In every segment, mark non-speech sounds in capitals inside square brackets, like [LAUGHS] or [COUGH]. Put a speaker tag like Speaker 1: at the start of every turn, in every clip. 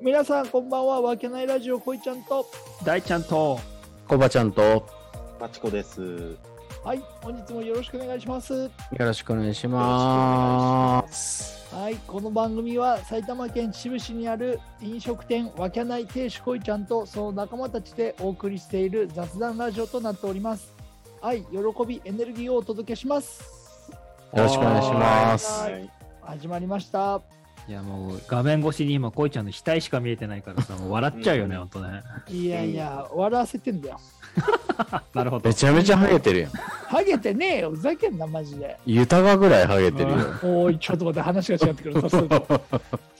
Speaker 1: 皆さんこんばんはわけないラジオこいちゃんと
Speaker 2: 大ちゃんと
Speaker 3: コバちゃんとよ
Speaker 4: マチコです。よ
Speaker 1: はい本日もよろしくお願いします
Speaker 3: ろしくお願いし
Speaker 4: ろしくお願
Speaker 3: ま。
Speaker 4: いしますす。
Speaker 1: はいこの番組は埼玉県秩父市にある飲食店わけない亭主こいちゃんとその仲間たちでお送りしている雑談ラジオとなっております愛喜びエネルギーをお届けします
Speaker 3: よろしくお願いします。
Speaker 1: は
Speaker 4: はいい。
Speaker 1: 始まりました
Speaker 2: いやもう画面越しに今こいちゃんの額しか見えてないからさもう笑っちゃうよね
Speaker 4: うん
Speaker 2: ほんとね
Speaker 1: いやいや笑わせてんだよ
Speaker 2: なるほど
Speaker 3: めちゃめちゃハゲてるやん。
Speaker 1: ハゲてねえよふざけんなマジで
Speaker 3: ユタガぐらいハゲてるよ。は
Speaker 1: おいちょっと待って話が違ってくるそうそう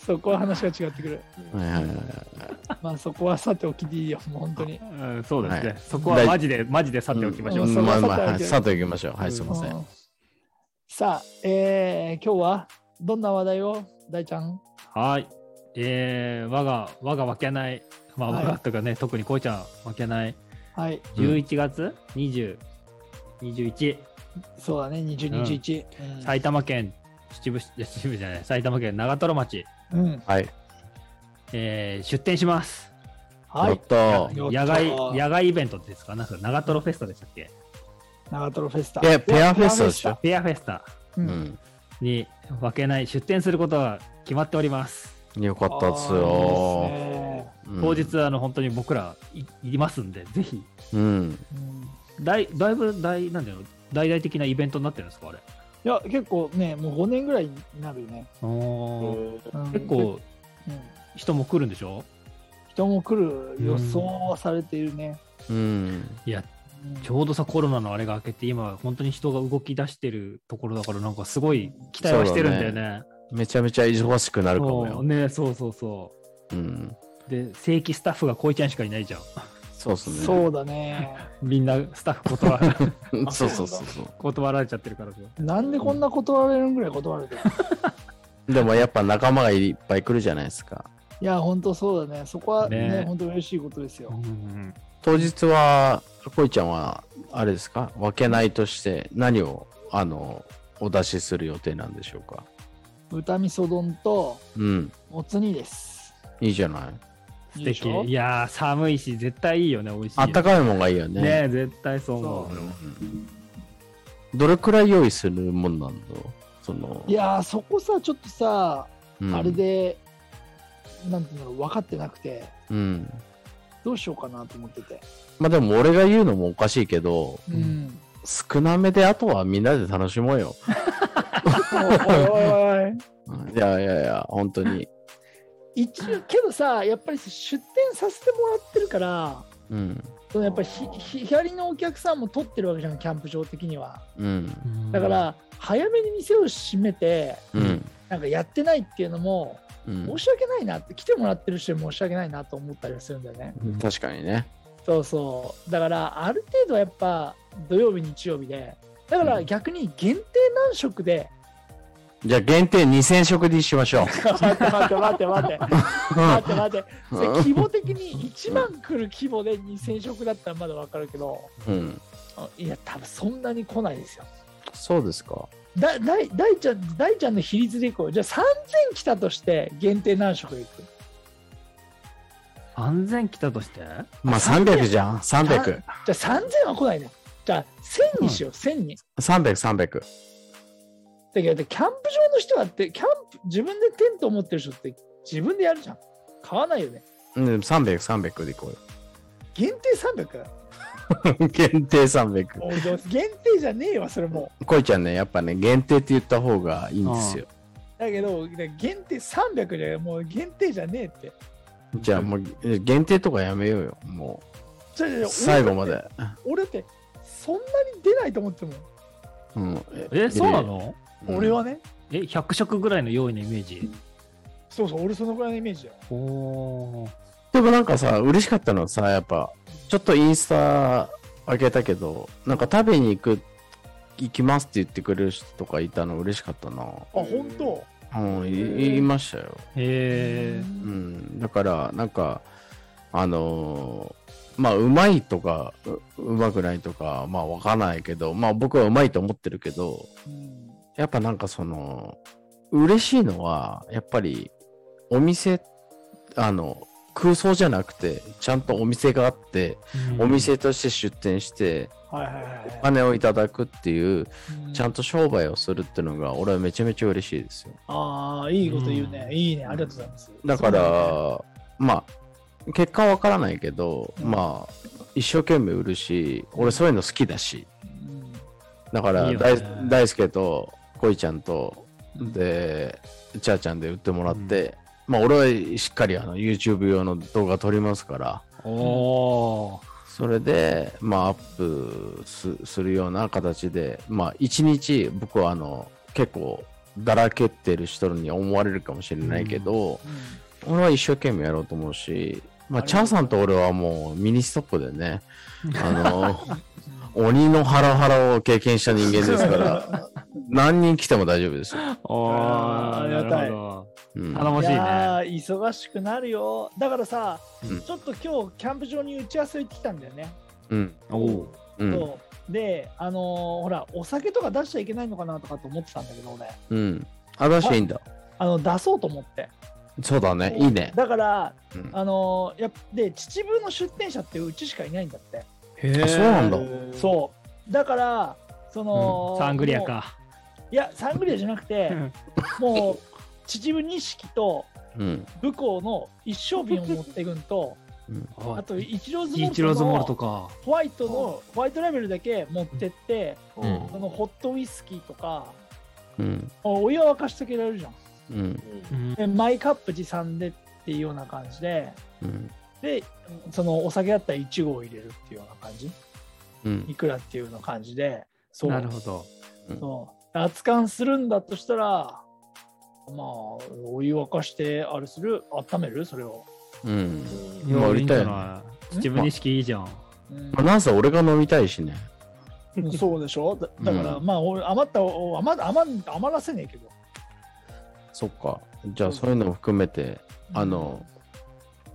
Speaker 1: そこは話が違ってくる
Speaker 3: いはいはい
Speaker 1: まあそこはさておきでいいよ、もう本当に。
Speaker 2: うんそうですね、
Speaker 3: はい
Speaker 2: そこはマジでマジで去っておきましょう、
Speaker 1: ん
Speaker 3: ん
Speaker 1: そこ
Speaker 3: ま
Speaker 1: は
Speaker 3: あ
Speaker 1: さて
Speaker 3: まあ、
Speaker 1: お
Speaker 3: はい
Speaker 1: き
Speaker 3: さておきましょう。
Speaker 2: う
Speaker 3: はい、
Speaker 2: ん
Speaker 3: すいませ。
Speaker 1: うんんさあ、えー、今日はどんな話題を大ちゃん
Speaker 2: はいえー、我が我がわけないまあ
Speaker 1: はい
Speaker 2: 我がとかね、特にこいちゃんわけない
Speaker 1: はい、
Speaker 3: うん
Speaker 2: 11月2021、21
Speaker 1: そうだね、
Speaker 2: うん
Speaker 1: 20、21。うん
Speaker 2: 埼玉県秩父市秩父じゃない埼玉県長瀞町、
Speaker 1: うん、
Speaker 3: はい。
Speaker 2: えー、出店します
Speaker 3: や
Speaker 1: は
Speaker 3: っ
Speaker 1: い、
Speaker 3: た。
Speaker 1: や
Speaker 2: 野
Speaker 1: った
Speaker 2: 外
Speaker 1: ー
Speaker 2: 野外イベントですかなんか長瀞フェスタでしたっけ
Speaker 1: 長瀞フェスタ。
Speaker 3: え、ペアフェスタでし
Speaker 1: ペア
Speaker 3: ょ
Speaker 2: ペアフェスタ
Speaker 1: う、
Speaker 3: うんん。
Speaker 2: に分けない出店することが決まっております。
Speaker 3: よかったっす
Speaker 1: あー。い
Speaker 3: よ
Speaker 1: いですね
Speaker 3: うん
Speaker 2: 当日、あの本当に僕らいいますんで、ぜひ。
Speaker 3: うん。
Speaker 1: うん
Speaker 2: だいだいぶ大、なんだろう、大々的なイベントになってるんですか、あれ。
Speaker 1: いや、結構ね、もう5年ぐらいになるよね。
Speaker 2: お
Speaker 1: うん
Speaker 2: 結、構
Speaker 1: うん
Speaker 2: 人も来るんでしょ
Speaker 1: 人も来る予想はされているね。
Speaker 3: うん。
Speaker 2: いや、
Speaker 1: うん
Speaker 2: ちょうどさ、コロナのあれが明けて、今、本当に人が動き出してるところだから、なんかすごい期待はしてるんだよね。
Speaker 3: めちゃめちゃ忙しくなるかも
Speaker 2: そう
Speaker 3: よ。
Speaker 2: ね、そうそうそ
Speaker 3: うん。
Speaker 2: う。で、正規スタッフがこいちゃんしかいないじゃん。
Speaker 3: そうっすね。
Speaker 1: そうだね。
Speaker 2: みんなスタッフ断ら [LAUGHS]
Speaker 3: うん [LAUGHS] そうそうそうそ
Speaker 2: 断られちゃってるからさ。
Speaker 1: なんでこんな断られるぐらい断られてる
Speaker 3: う。でもやっぱ仲間がいっぱい来るじゃないですか。
Speaker 1: いや、本当そうだね。そこはね、
Speaker 2: ね
Speaker 1: 本当嬉しいことですよ。
Speaker 2: ん、
Speaker 3: 当日は、こいちゃんは、あれですか、分けないとして、何を、あの、お出しする予定なんでしょうか。
Speaker 1: 豚味噌丼と
Speaker 3: うん、
Speaker 1: もつ煮です。
Speaker 3: いいじゃない。
Speaker 2: 素
Speaker 1: いいで
Speaker 2: 敵
Speaker 1: しょ
Speaker 2: いやー寒いし絶対いいよね美味しい
Speaker 3: あったかいもんがいいよね。
Speaker 2: ねね絶対そう思う
Speaker 3: うんどれくらい用意するもんなんだろうその、
Speaker 1: いやー、そこさ、ちょっとさ、
Speaker 3: うん
Speaker 1: あれ、で、なんていうの、分かってなくて、
Speaker 3: うん。
Speaker 1: どうしようかなと思ってて。
Speaker 3: まあでも俺が言うのもおかしいけど、
Speaker 1: うん。
Speaker 3: 少なめであとはみんなで楽しもうよ。
Speaker 1: おいおいおい
Speaker 3: うんいやいやいや、本当に。
Speaker 1: 一応、けどさ、やっぱり出店させてもらってるから、
Speaker 3: うん。
Speaker 1: そのやっぱりひ左のお客さんも取ってるわけじゃん、キャンプ場的には。
Speaker 3: うん。
Speaker 1: だから、早めに店を閉めて、
Speaker 3: うん。
Speaker 1: なんかやってないっていうのも、
Speaker 3: うん
Speaker 1: 申。し訳ないなって来てもらってる人に申し訳ないなと思ったりはするんだよね
Speaker 3: 確かにね。
Speaker 1: そうそうだからある程度はやっぱ土曜日日曜日でだから逆に限定何食で、
Speaker 3: じゃあ限定2000食にしましょう。
Speaker 1: 待って待って待 [LAUGHS] って待って待って待ってそれ
Speaker 3: うん
Speaker 1: 規模的に1万来る規模で2000食だったらまだ分かるけど
Speaker 3: うん。
Speaker 1: あいや多分そんなに来ないですよ
Speaker 3: そうですか。
Speaker 1: だだい大ちゃん大ちゃんの比率でいこうじゃあ3000来たとして限定何食いく
Speaker 2: 安全来たとして
Speaker 3: まあ300じゃん。300。
Speaker 1: じゃあ3000は来ないねじゃあ1000にしよう1000に
Speaker 3: 300、300。
Speaker 1: だけどキャンプ場の人はってキャンプ自分でテント持ってる人って自分でやるじゃん買わないよね
Speaker 3: うん、300、300でいこう
Speaker 1: 限定300
Speaker 3: よ。 [LAUGHS] 限定300。
Speaker 1: おいでも限定じゃねえわそれもう
Speaker 3: こいちゃんね、やっぱね、限定って言った方がいいんですよ。
Speaker 1: だけど限定300じゃもう限定じゃねえって
Speaker 3: じゃあもう、え限定とかやめようよ。も
Speaker 1: それ
Speaker 3: う、
Speaker 1: で
Speaker 3: 最後まで。
Speaker 1: 俺ってそんなに出ないと思っても、
Speaker 3: うん。
Speaker 2: えそうなの
Speaker 3: うん
Speaker 1: 俺はね
Speaker 2: え100食ぐらいの用意のイメージ
Speaker 1: そうそう俺そのぐらいのイメージだよ
Speaker 2: おー
Speaker 3: でもなんかさ、嬉しかったのはさ、やっぱ、ちょっとインスタ開けたけど、なんか食べに行く、行きますって言ってくれる人とかいたの嬉しかったな。
Speaker 1: あ本当
Speaker 3: うん、い言いましたよ。
Speaker 2: へえ
Speaker 3: うん、だからなんかあのーまあうまいとかううまくないとかまあわからないけどまあ僕はうまいと思ってるけど
Speaker 1: うん
Speaker 3: やっぱなんかその嬉しいのはやっぱりお店あの、空想じゃなくて、ちゃんとお店があって、お店として出店して、
Speaker 1: はいはいはい
Speaker 3: お金をいただくっていう、
Speaker 1: はい。
Speaker 3: ちゃんと商売をするっていうのが、俺はめちゃめちゃ嬉しいですよ。
Speaker 1: ああ、いいこと言うね、
Speaker 2: うん
Speaker 1: いいね。ありがとうございます。
Speaker 3: だか
Speaker 1: そう
Speaker 3: ら、まあ、結果はわからないけど、
Speaker 1: うん
Speaker 3: まあ、一生懸命売るし、俺そういうの好きだし、だから
Speaker 2: いいよね
Speaker 3: 大、大輔と、恋ちゃんと、で、ちゃーちゃんで売ってもらって、まあ、俺はしっかりあの YouTube 用の動画撮りますから、
Speaker 2: お [LAUGHS] ー
Speaker 3: それで、まあ、アップすするような形で、まあ、一日、僕はあの、結構、だらけってる人に思われるかもしれないけど、
Speaker 1: だね
Speaker 3: 俺は一生懸命やろうと思うし、まあ、
Speaker 1: あれ
Speaker 3: チャーさんと俺はもうミニストップでね、あの、 [LAUGHS]
Speaker 1: うん
Speaker 3: 鬼のハラハラを経験した人間ですから、
Speaker 1: ら。
Speaker 3: 何人来ても大丈夫ですよ。
Speaker 2: お
Speaker 1: あー
Speaker 2: ー
Speaker 1: あり
Speaker 2: な
Speaker 1: が
Speaker 2: る
Speaker 1: たい
Speaker 2: ほ
Speaker 3: うん
Speaker 2: ど。頼も
Speaker 1: い
Speaker 2: しいね。
Speaker 1: やー忙しくなるよ。だからさ、
Speaker 3: うん
Speaker 1: ちょっと今日、キャンプ場に打ち合わせ行ってきたんだよね。
Speaker 3: うん。
Speaker 2: おお
Speaker 3: うん。
Speaker 1: そうで、あのーほら、お酒とか出しちゃいけないのかなとかと思ってたんだけど、俺、
Speaker 3: うん。あ、出していいんだ。
Speaker 1: あの出そうと思って。
Speaker 3: そうだね。いいね。
Speaker 1: だから、
Speaker 3: うん
Speaker 1: あのーやっで、秩父の出店者ってうちしかいないんだって。
Speaker 2: へー
Speaker 3: あそうなんだ
Speaker 1: そう。だから、その、
Speaker 2: サングリア
Speaker 1: も
Speaker 2: か。
Speaker 1: う。いや、サングリアじゃなく
Speaker 2: [LAUGHS]
Speaker 1: て、もう、秩父錦と、
Speaker 3: うん。
Speaker 1: 武功の一升瓶を持っていくんと
Speaker 3: うん
Speaker 1: あと一郎
Speaker 2: [LAUGHS] イチローズ
Speaker 1: 相撲
Speaker 2: モール
Speaker 1: の
Speaker 2: とか。
Speaker 1: ホワイトのホワイトラベルだけ持ってって、
Speaker 3: うん
Speaker 1: そのホットウイスキーとか
Speaker 3: うん。
Speaker 1: お湯は沸かしてあげられるじゃん
Speaker 3: うん。
Speaker 2: うん
Speaker 1: でマイカップ持参でっていうような感じで
Speaker 3: うん。
Speaker 1: でそのお酒だったら1合入れるっていうような感じ
Speaker 3: うん
Speaker 1: いくらっていうような感じでそう
Speaker 2: なるほど。
Speaker 1: そう熱燗するんだとしたらまあお湯沸かしてあれする温めるそれを、
Speaker 3: うん。
Speaker 2: い
Speaker 3: まあ
Speaker 2: や、
Speaker 3: 売
Speaker 2: いい
Speaker 3: り
Speaker 2: ん
Speaker 3: た
Speaker 2: じ
Speaker 3: い
Speaker 2: ゃ
Speaker 3: よね
Speaker 2: ない。秩父錦いいじゃん。
Speaker 1: うん
Speaker 3: まあ、なんせ俺が飲みたいしね。
Speaker 1: うんそうでしょだだから、
Speaker 3: う
Speaker 1: まあ俺余ったお余る余る余らせねえけど
Speaker 3: そっか。じゃあ、そういうのも含めて、あの、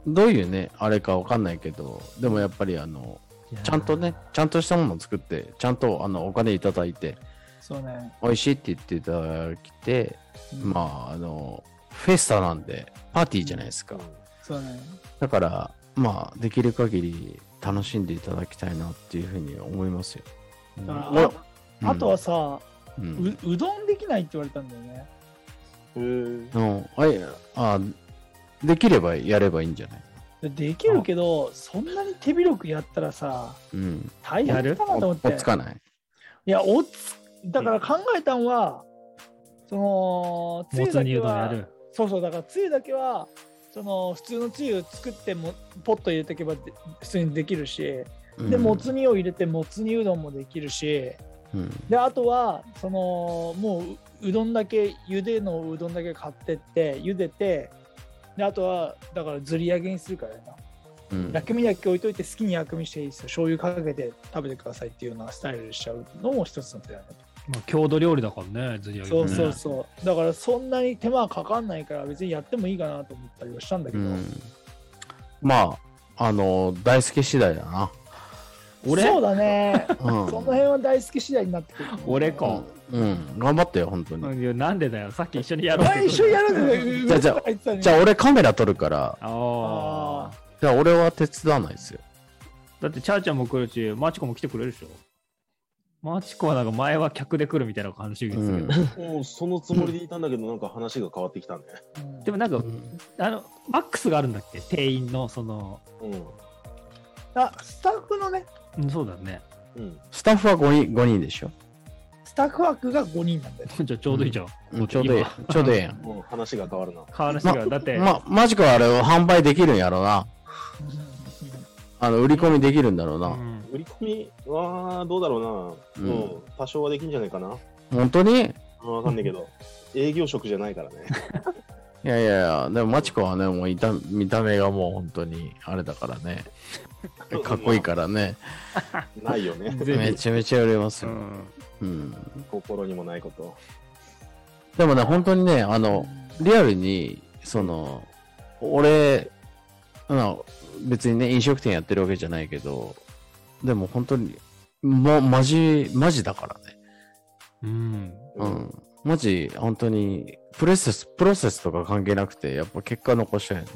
Speaker 3: どういうね、あれかわかんないけど、でもやっぱりあの、ちゃんとね、ちゃんとしたものを作って、ちゃんとあのお金いただいて、
Speaker 1: そうね、
Speaker 3: 美味しいって言っていただきて、
Speaker 1: うん
Speaker 3: まあ、あの、フェスタなんで、パーティーじゃないですか。
Speaker 1: そうね
Speaker 3: だから、まあ、できる限り楽しんでいただきたいなっていうふうに思いますよ。うん
Speaker 1: だから、
Speaker 3: 俺
Speaker 1: ああとは、さ、
Speaker 3: うん
Speaker 1: ううどんできないって言われたんだよね
Speaker 4: うん。
Speaker 3: うんあいあ、できればやればいいんじゃない
Speaker 1: でできるけどそんなに手広くやったらさ
Speaker 3: うん。
Speaker 1: 大変だなと
Speaker 3: お
Speaker 1: 思って
Speaker 3: おつかない。
Speaker 1: いやおつだから考えたんはそのつ
Speaker 2: も
Speaker 1: ゆ
Speaker 2: つ
Speaker 1: だ
Speaker 2: 煮
Speaker 1: け
Speaker 2: うどんや
Speaker 1: は
Speaker 2: る。
Speaker 1: そうそうだからつゆだけはその普通のつゆ作ってもポッと入れておけばで普通にできるし
Speaker 3: うん
Speaker 1: でもつ煮を入れてもつ煮うどんもできるし
Speaker 3: うん。
Speaker 1: であとはそのもうううどんだけ茹でのうどんだけ買ってって茹でてであとはだからずり揚げにするからやな
Speaker 3: うん。
Speaker 1: 薬味だけ置いといて好きに薬味していいですよ醤油かけて食べてくださいっていうようなスタイルにしちゃうのも一つの手だね
Speaker 2: まあ郷土料理だからね、ずり上げ。
Speaker 1: そうそう
Speaker 2: ね
Speaker 1: そうだからそんなに手間はかかんないから別にやってもいいかなと思ったりはしたんだけ
Speaker 3: う
Speaker 1: ど、
Speaker 3: ん、まあ、あの、大輔次第だな。
Speaker 1: そうだね
Speaker 3: [LAUGHS] うん。
Speaker 1: [LAUGHS] その辺は大好き次第になってくると思う、
Speaker 2: 俺か
Speaker 3: うん、頑張ってよ、本当に。
Speaker 2: いやなんでだよ、さっき一緒にやろうって
Speaker 1: 前
Speaker 2: 言っ
Speaker 1: 一緒にやるんだよ
Speaker 3: じゃあじゃあ
Speaker 1: 言ってたのに
Speaker 3: じゃあ、俺カメラ撮るから、
Speaker 2: た。ああ。
Speaker 3: じゃあ、俺は手伝わないですよ。
Speaker 2: だって、チャーちゃんも来るし、マチコも来てくれるでしょ。マチコはなんか前は客で来るみたいな話ですけど、
Speaker 3: うん
Speaker 4: もうそのつもりでいたんだけど、なんか話が変わってきたね。
Speaker 1: うん
Speaker 2: でもなんか、あの、マックスがあるんだっけ定員の、その、
Speaker 4: うん。
Speaker 1: あスタッフのね
Speaker 2: うんそうだね。 [LAUGHS]
Speaker 4: うん。
Speaker 3: スタッフは5人 ,5 人でしょ。
Speaker 1: スタッフ枠が5人なんだよ
Speaker 2: じゃあちょうどいいじゃん。
Speaker 3: うんちょうどいい
Speaker 2: 今。
Speaker 3: ちょうどいいやん。
Speaker 4: もう話が変わるな。
Speaker 2: 話が、だって、
Speaker 3: ま、マジかあれを販売できるんやろな。あの、売り込みできるんだろう
Speaker 2: う
Speaker 3: な。
Speaker 2: ん
Speaker 4: 売り込みはどうだろうな。
Speaker 3: う
Speaker 4: うんん。多少はできんじゃないかな。
Speaker 3: 本当にい
Speaker 4: うんわかんないけど。営業職じゃないからね。
Speaker 3: やいやいや、でもマチコはね、もういた見た目がもう本当にあれだからね。かっこいいからね。
Speaker 4: ないよね。
Speaker 2: 全
Speaker 3: め
Speaker 2: 然
Speaker 3: ちゃめちゃ売れます
Speaker 2: う
Speaker 3: よ。
Speaker 2: ん
Speaker 3: うん。
Speaker 4: 心にもないこと。
Speaker 3: でもね、本当にね、あの、リアルに、その、俺、あの別にね、飲食店やってるわけじゃないけど、でも本当に、ま、マジ、マジだからね。
Speaker 2: うん。
Speaker 3: う。ん。マジ、本当に、プロセス、プロセスとか関係なくて、やっぱ結果残したいよね。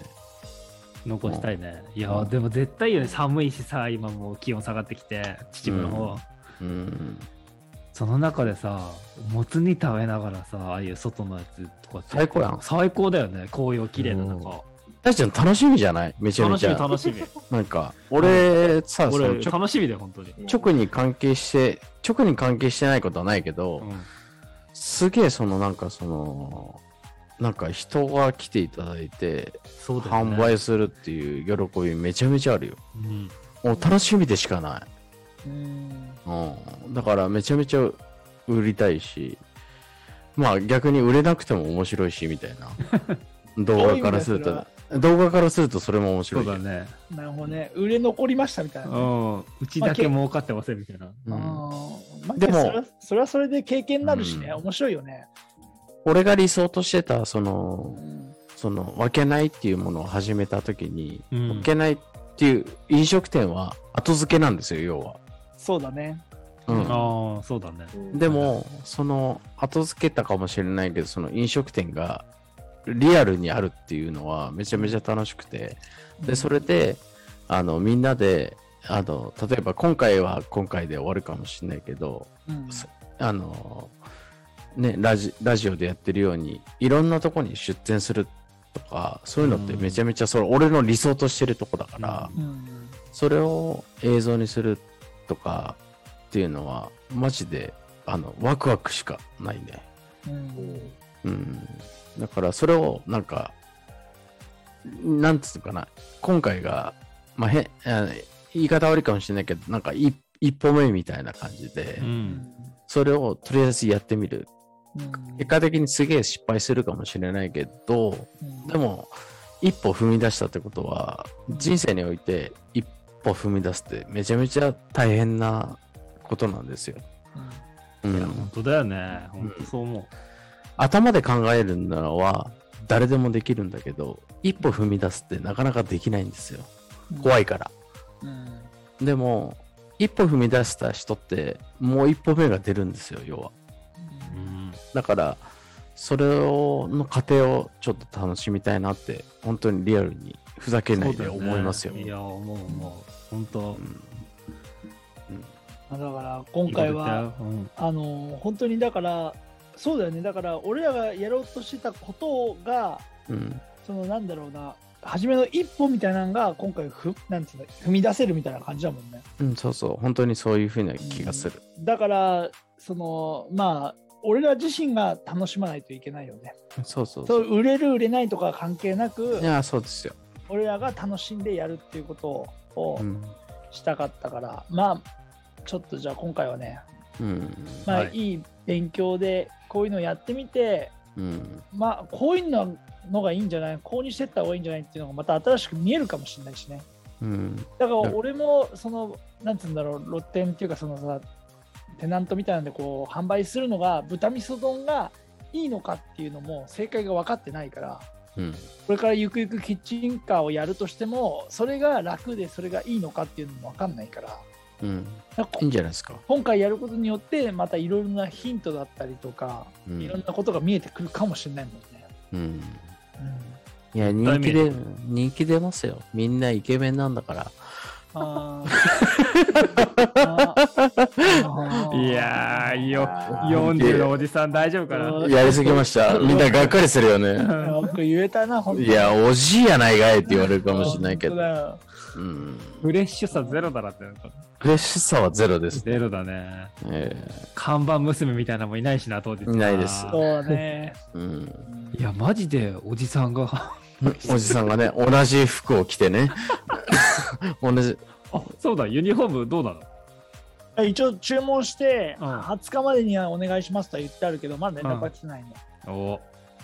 Speaker 2: 残したいね。いやー、でも絶対いいよね、寒いしさ、今もう気温下がってきて、秩父の方。
Speaker 3: うん。
Speaker 2: その中でさ、もつ煮食べながらさ、ああいう外のやつとかって
Speaker 3: 最高やん
Speaker 2: 最高だよね、紅葉綺麗な
Speaker 3: うん
Speaker 2: 中。
Speaker 3: 大ちゃん楽しみじゃないめちゃめ
Speaker 2: 楽し
Speaker 3: ち
Speaker 2: み、
Speaker 3: ゃ。
Speaker 2: 楽し
Speaker 3: [LAUGHS]
Speaker 2: み。
Speaker 3: なんか、俺さ、その
Speaker 2: 俺、
Speaker 3: ちょ
Speaker 2: 楽しみだよ、本当に。
Speaker 3: 直に関係して、直に関係してないことはないけど、
Speaker 2: うん
Speaker 3: すげえそのなんかその、なんか人が来ていただいて、
Speaker 2: そうだよね。
Speaker 3: 販売するっていう喜びめちゃめちゃあるよ。
Speaker 2: うん
Speaker 3: もう楽しみでしかな
Speaker 1: う
Speaker 3: い。
Speaker 1: ん
Speaker 3: うん。だからめちゃめちゃ売りたいし、まあ逆に売れなくても面白いし、みたい
Speaker 2: [LAUGHS]
Speaker 3: な。動画からする
Speaker 1: どういう意味だ
Speaker 3: と、動画からするとそれも
Speaker 2: そ
Speaker 3: 面白
Speaker 2: う
Speaker 3: いけど。
Speaker 2: だね。
Speaker 1: なるほどね売れ残りましたみたいな、
Speaker 2: う
Speaker 1: あ
Speaker 2: ん。うちだけ儲かってませんみたいな。
Speaker 3: うん
Speaker 1: ーまあ
Speaker 3: でも
Speaker 1: それはそれはそれで経験になるしね、
Speaker 3: うん
Speaker 1: 面白いよね、
Speaker 3: 俺が理想としてた、そうの、
Speaker 1: ん
Speaker 3: その、分けないっていうものを始めたときに、
Speaker 2: うん
Speaker 3: 分けないっていう飲食店は後付けなんですよ、要は。
Speaker 1: そうだね
Speaker 3: うん。
Speaker 2: ああ、そうだね。
Speaker 4: うん
Speaker 3: でも、その、後付けたかもしれないけど、その飲食店がリアルにあるっていうのはめちゃめちゃ楽しくて、で、それで、あの、みんなで、あの、例えば今回は今回で終わるかもしれないけど、
Speaker 1: うん
Speaker 3: そあのねラジラジオでやってるようにいろんなとこに出店するとかそういうのって
Speaker 2: うん
Speaker 3: めちゃめちゃそれ俺の理想としてるとこだから、
Speaker 1: うん
Speaker 3: それを映像にするとかっていうのはマジであのワクワクしかないね、
Speaker 1: うん
Speaker 3: うん、だからそれをなんかなんつうのかな今回が、まあ、へんあ言い方悪いかもしれないけどなんか一一歩目みたいな感じで、
Speaker 2: うん。
Speaker 3: それをとりあえずやってみる
Speaker 1: うん
Speaker 3: 結果的にすげえ失敗するかもしれないけど、
Speaker 1: うん
Speaker 3: でも、一歩踏み出したってことは、人生において一歩踏み出すってめちゃめちゃ大変なことなんですよ。
Speaker 1: うん
Speaker 3: う
Speaker 2: いや、
Speaker 3: ん
Speaker 2: 本、当だよね。本当そう思
Speaker 3: 頭で考えるのは誰でもできるんだけど、一歩踏み出すってなかなかできないんですよ。怖いから。
Speaker 1: うん
Speaker 3: でも、一歩踏み出した人ってもう一歩目が出るんですよ、要は。
Speaker 2: う。うん。
Speaker 3: だから、それをの過程をちょっと楽しみたいなって、本当にリアルにふざけないで思いますよ。
Speaker 2: いや、思う思う。本当
Speaker 3: う。ん
Speaker 1: だから今回は、
Speaker 2: うん、
Speaker 1: あのー本当にだからそうだよねだから俺らがやろうとしてたことが
Speaker 3: うん
Speaker 1: そのなんだろうな初めの一歩みたいなのが今回ふなんつうの踏み出せるみたいな感じだもんね
Speaker 3: うん、そうそう、本当にそういうふうな気がする。
Speaker 1: だからそのまあ俺ら自身が楽しまないといけないよね
Speaker 3: そうそ
Speaker 1: そ
Speaker 3: うそう
Speaker 1: 売れる売れないとか関係なく
Speaker 3: う。いや、そうですよ。
Speaker 1: 俺らが楽しんでやるっていうことを
Speaker 3: うん。
Speaker 1: したかったから、まあちょっとじゃあ今回はね
Speaker 3: うん。
Speaker 1: まあ、
Speaker 2: はいい、
Speaker 1: い勉強でこういうのやってみて
Speaker 3: うん。
Speaker 1: まあこういうののがいいんじゃないこうにしてった方がいいんじゃないっていうのがまた新しく見えるかもしれないしね
Speaker 3: うん。
Speaker 1: だから
Speaker 3: だ
Speaker 1: 俺もそのなんつうんだろう露店っていうかそのさテナントみたいなんでこう販売するのが豚味噌丼がいいのかっていうのも正解が分かってないから
Speaker 3: うん。
Speaker 1: これからゆくゆくキッチンカーをやるとしてもそれが楽でそれがいいのかっていうのも分かんないからだか
Speaker 3: うん。
Speaker 1: らこ
Speaker 3: いいんじゃないですか。
Speaker 1: 今回やることによってまたいろいろなヒントだったりとか
Speaker 3: う
Speaker 1: いろん
Speaker 3: ん。
Speaker 1: なことが見えてくるかもしれないもんね。
Speaker 3: うん。いや、人気で、人気出ますよ。みんなイケメンなんだから。
Speaker 1: あー
Speaker 2: いやー、よ、
Speaker 4: あー
Speaker 2: 40のおじさん大丈夫かな
Speaker 1: うん
Speaker 3: やりすぎました。 [LAUGHS] みんながっかりするよね。
Speaker 1: よく言えたな、本当
Speaker 3: いや、おじいやないかいって言われるかもしれないけど。
Speaker 1: ど。
Speaker 3: うん。
Speaker 2: フレッシュさゼロだなってなんか。
Speaker 3: フレッシュさはゼロですね。
Speaker 2: ゼロだね。
Speaker 3: え
Speaker 2: 看板娘みたいなのもいないしな、当時。
Speaker 3: いないです
Speaker 1: そうだね。
Speaker 3: えうん。
Speaker 2: いや、マジでおじさんが。
Speaker 3: おじさんがね、同じ服を着て [LAUGHS] ね。同じ。
Speaker 2: あ、そうだ、ユニフォームどうなの
Speaker 1: 一応注文して、
Speaker 2: うん
Speaker 1: 20日までにはお願いしますとは言ってあるけど、まだ連絡が来てないね。
Speaker 2: お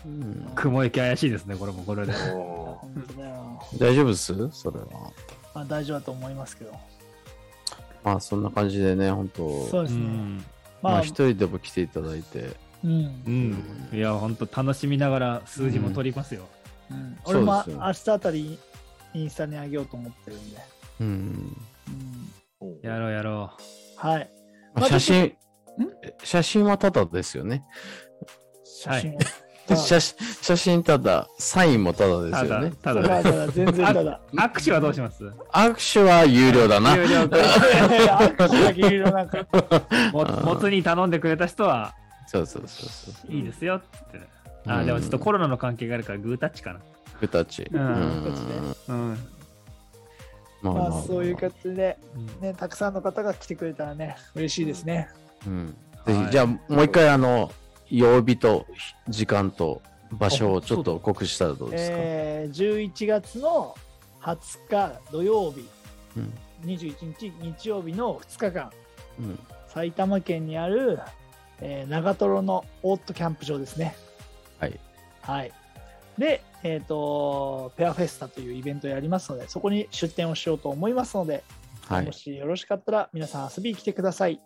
Speaker 3: うん
Speaker 2: 雲行き怪しいですね、これもこれで。
Speaker 4: おー
Speaker 1: 本当だよ。
Speaker 3: 大丈夫ですそれは。
Speaker 1: まあ大丈夫だと思いますけど。
Speaker 3: まあ、そんな感じでね、本
Speaker 1: そ
Speaker 3: 当
Speaker 1: う
Speaker 2: う
Speaker 1: ですね。
Speaker 2: ん。
Speaker 3: ま
Speaker 1: ま
Speaker 3: あ、
Speaker 1: あ、
Speaker 3: 一人でも来ていただいて。
Speaker 1: うん
Speaker 2: う。ん。いや、ほんと楽しみながら数字も取りますよ。
Speaker 1: うん
Speaker 3: そうですよ
Speaker 1: 俺も明日あたりインスタにあげようと思ってるんで。
Speaker 3: うん。
Speaker 1: うん
Speaker 4: うん
Speaker 2: やろうやろ
Speaker 1: はい。
Speaker 3: まあ写真、写真はただですよね。
Speaker 1: 写真を。あ
Speaker 3: [LAUGHS] 写真写真ただ、サインもただです
Speaker 2: た
Speaker 3: よ
Speaker 2: だ、
Speaker 3: ね。
Speaker 2: [LAUGHS] た
Speaker 1: た
Speaker 2: だ
Speaker 1: だ
Speaker 2: ね、
Speaker 1: ただ、全然た
Speaker 2: [LAUGHS]
Speaker 1: だ。
Speaker 2: 握手はどうします
Speaker 3: 握手は有料だな。
Speaker 2: 有料か
Speaker 1: 握手だけいろなんか。
Speaker 2: ももつに頼んでくれた人は
Speaker 3: そうそうそうそう。
Speaker 2: いいですよっつってね。あ
Speaker 3: う
Speaker 2: ー
Speaker 3: ん
Speaker 2: でもちょっとコロナの関係があるからグータッチか
Speaker 3: 僕たち。
Speaker 2: うん
Speaker 1: 僕たちね
Speaker 2: な。うん。
Speaker 3: ま
Speaker 1: まあ、そういう形で、
Speaker 2: うん
Speaker 1: ね、たくさんの方が来てくれたらね、嬉しいですね。
Speaker 3: うんぜ
Speaker 2: は
Speaker 3: ひ、
Speaker 2: い
Speaker 3: じゃあ、もう一回、あの、曜日と時間と場所をちょっと告知したらどうですか。
Speaker 1: えー、11月の20日土曜日、
Speaker 3: うん
Speaker 1: 21日日曜日の2日間、
Speaker 3: うん
Speaker 1: 埼玉県にある、えー長瀞のオートキャンプ場ですね。
Speaker 3: はい。
Speaker 1: はい。で、えっ、と、ペアフェスタというイベントをやりますので、そこに出店をしようと思いますので、
Speaker 3: は
Speaker 1: も
Speaker 3: い。
Speaker 1: しよろしかったら皆さん遊びに来てください。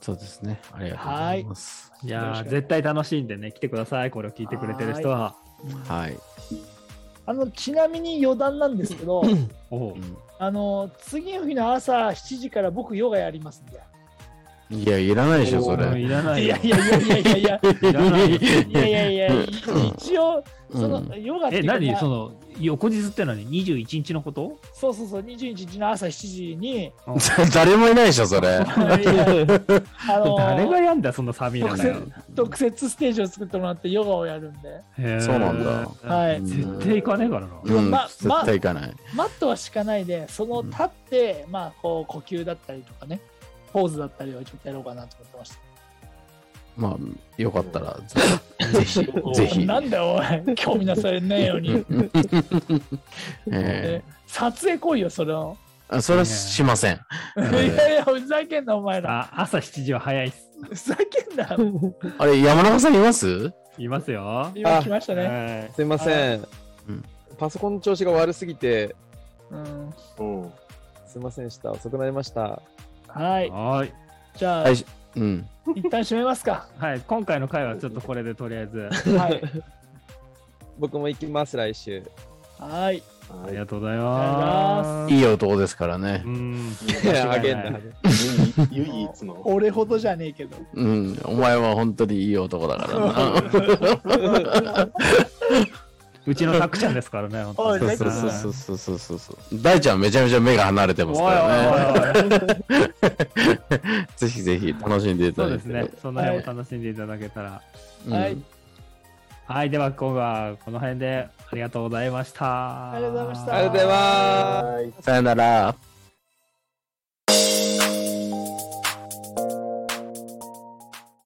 Speaker 3: そうですね。ありがとうございます。
Speaker 2: い
Speaker 1: よろ
Speaker 2: や
Speaker 1: し
Speaker 2: ー
Speaker 1: く
Speaker 2: 絶対楽しんでね、来てください。これを聞いてくれてる人は。
Speaker 3: はい。
Speaker 1: あのちなみに余談なんですけ
Speaker 3: [LAUGHS]
Speaker 1: ど、
Speaker 2: おう
Speaker 3: うん
Speaker 1: あの次の日の朝7時から僕ヨガやりますんで。
Speaker 3: いや、いらないでしょ、
Speaker 2: も
Speaker 3: そ
Speaker 2: う
Speaker 3: れ。
Speaker 2: いらない
Speaker 1: い
Speaker 2: よ
Speaker 1: やいやいやいやいやいや。
Speaker 2: いらないよ別
Speaker 1: いやい
Speaker 2: に
Speaker 1: やいや、一応、その、
Speaker 3: うん
Speaker 1: ヨガってい
Speaker 2: え、
Speaker 1: うか
Speaker 2: 何
Speaker 1: まあ
Speaker 2: その、翌日って何 ?21 日の
Speaker 1: [LAUGHS]
Speaker 2: こと
Speaker 1: そうそうそう、21日の朝7時に、
Speaker 3: [LAUGHS] 誰もいないでしょ、それ。
Speaker 1: いやいやあの
Speaker 2: 誰がやんだよそんな寒い
Speaker 1: 特
Speaker 2: 中
Speaker 1: 設
Speaker 2: よ。
Speaker 1: 特設ステージを作ってもらってヨガをやるんで、
Speaker 2: へー
Speaker 3: そうなんだ
Speaker 1: はい
Speaker 2: 絶対行かねえからな。
Speaker 3: うん、
Speaker 1: ま
Speaker 3: 絶対行かない。
Speaker 1: マットは敷かないで、その立って、まあ、こう、呼吸だったりとかね、ポーズだったりをちょっとやろうかなと思ってました。
Speaker 3: まあ、よかったら、ぜ
Speaker 2: [LAUGHS]
Speaker 3: ひ、ぜひ。
Speaker 1: なんだよ、おい、興味なされないよう
Speaker 3: [LAUGHS]
Speaker 1: に。
Speaker 3: え
Speaker 1: ね撮影来いよ、それを。
Speaker 3: ーあそれはしません。
Speaker 1: いやいや、ふざけんな、お前ら。
Speaker 2: あ朝7時は早いっす。
Speaker 1: ふざけんな。
Speaker 3: あれ、山中さんいます
Speaker 2: いますよ。
Speaker 1: 今来ましたね。
Speaker 2: はい
Speaker 5: すいません
Speaker 3: うん。
Speaker 5: パソコンの調子が悪すぎて、
Speaker 1: うん
Speaker 4: うん。
Speaker 5: すいませんでした。遅くなりました。
Speaker 1: はい。
Speaker 2: はい。
Speaker 1: じゃあ、
Speaker 3: はいうん。
Speaker 1: 一旦閉めますか。
Speaker 2: はい。今回の回はちょっとこれでとりあえず。
Speaker 1: はい。
Speaker 5: 僕も行きます、来週。
Speaker 1: はい。
Speaker 2: あ
Speaker 4: は
Speaker 2: り
Speaker 4: い
Speaker 2: がとうございます。
Speaker 3: いい男ですからね
Speaker 2: う。ん。
Speaker 5: あげん
Speaker 2: 間違いな。
Speaker 5: ない
Speaker 4: 唯唯一の。
Speaker 1: 俺ほどじゃねえけど。
Speaker 3: うん。お前は本当にいい男だからな。
Speaker 2: うちのたくちゃんですからね。本当に
Speaker 1: おい
Speaker 3: そうそうそうそうそうそう。大ちゃんめちゃめちゃ目が離れてますか
Speaker 2: おいおいお
Speaker 3: らね。
Speaker 2: いおい
Speaker 3: [LAUGHS] ぜひぜひ楽しんでい
Speaker 2: そ
Speaker 3: た
Speaker 2: う
Speaker 3: だ
Speaker 2: で
Speaker 3: い
Speaker 2: す
Speaker 3: て。
Speaker 2: ね。その辺も楽しんでいただけたら。
Speaker 3: うん
Speaker 1: はい。
Speaker 2: はい。では今日はこの辺でありがとうございました。
Speaker 1: ありがとうございました
Speaker 5: ありがとうございます
Speaker 4: はい
Speaker 3: さよなら。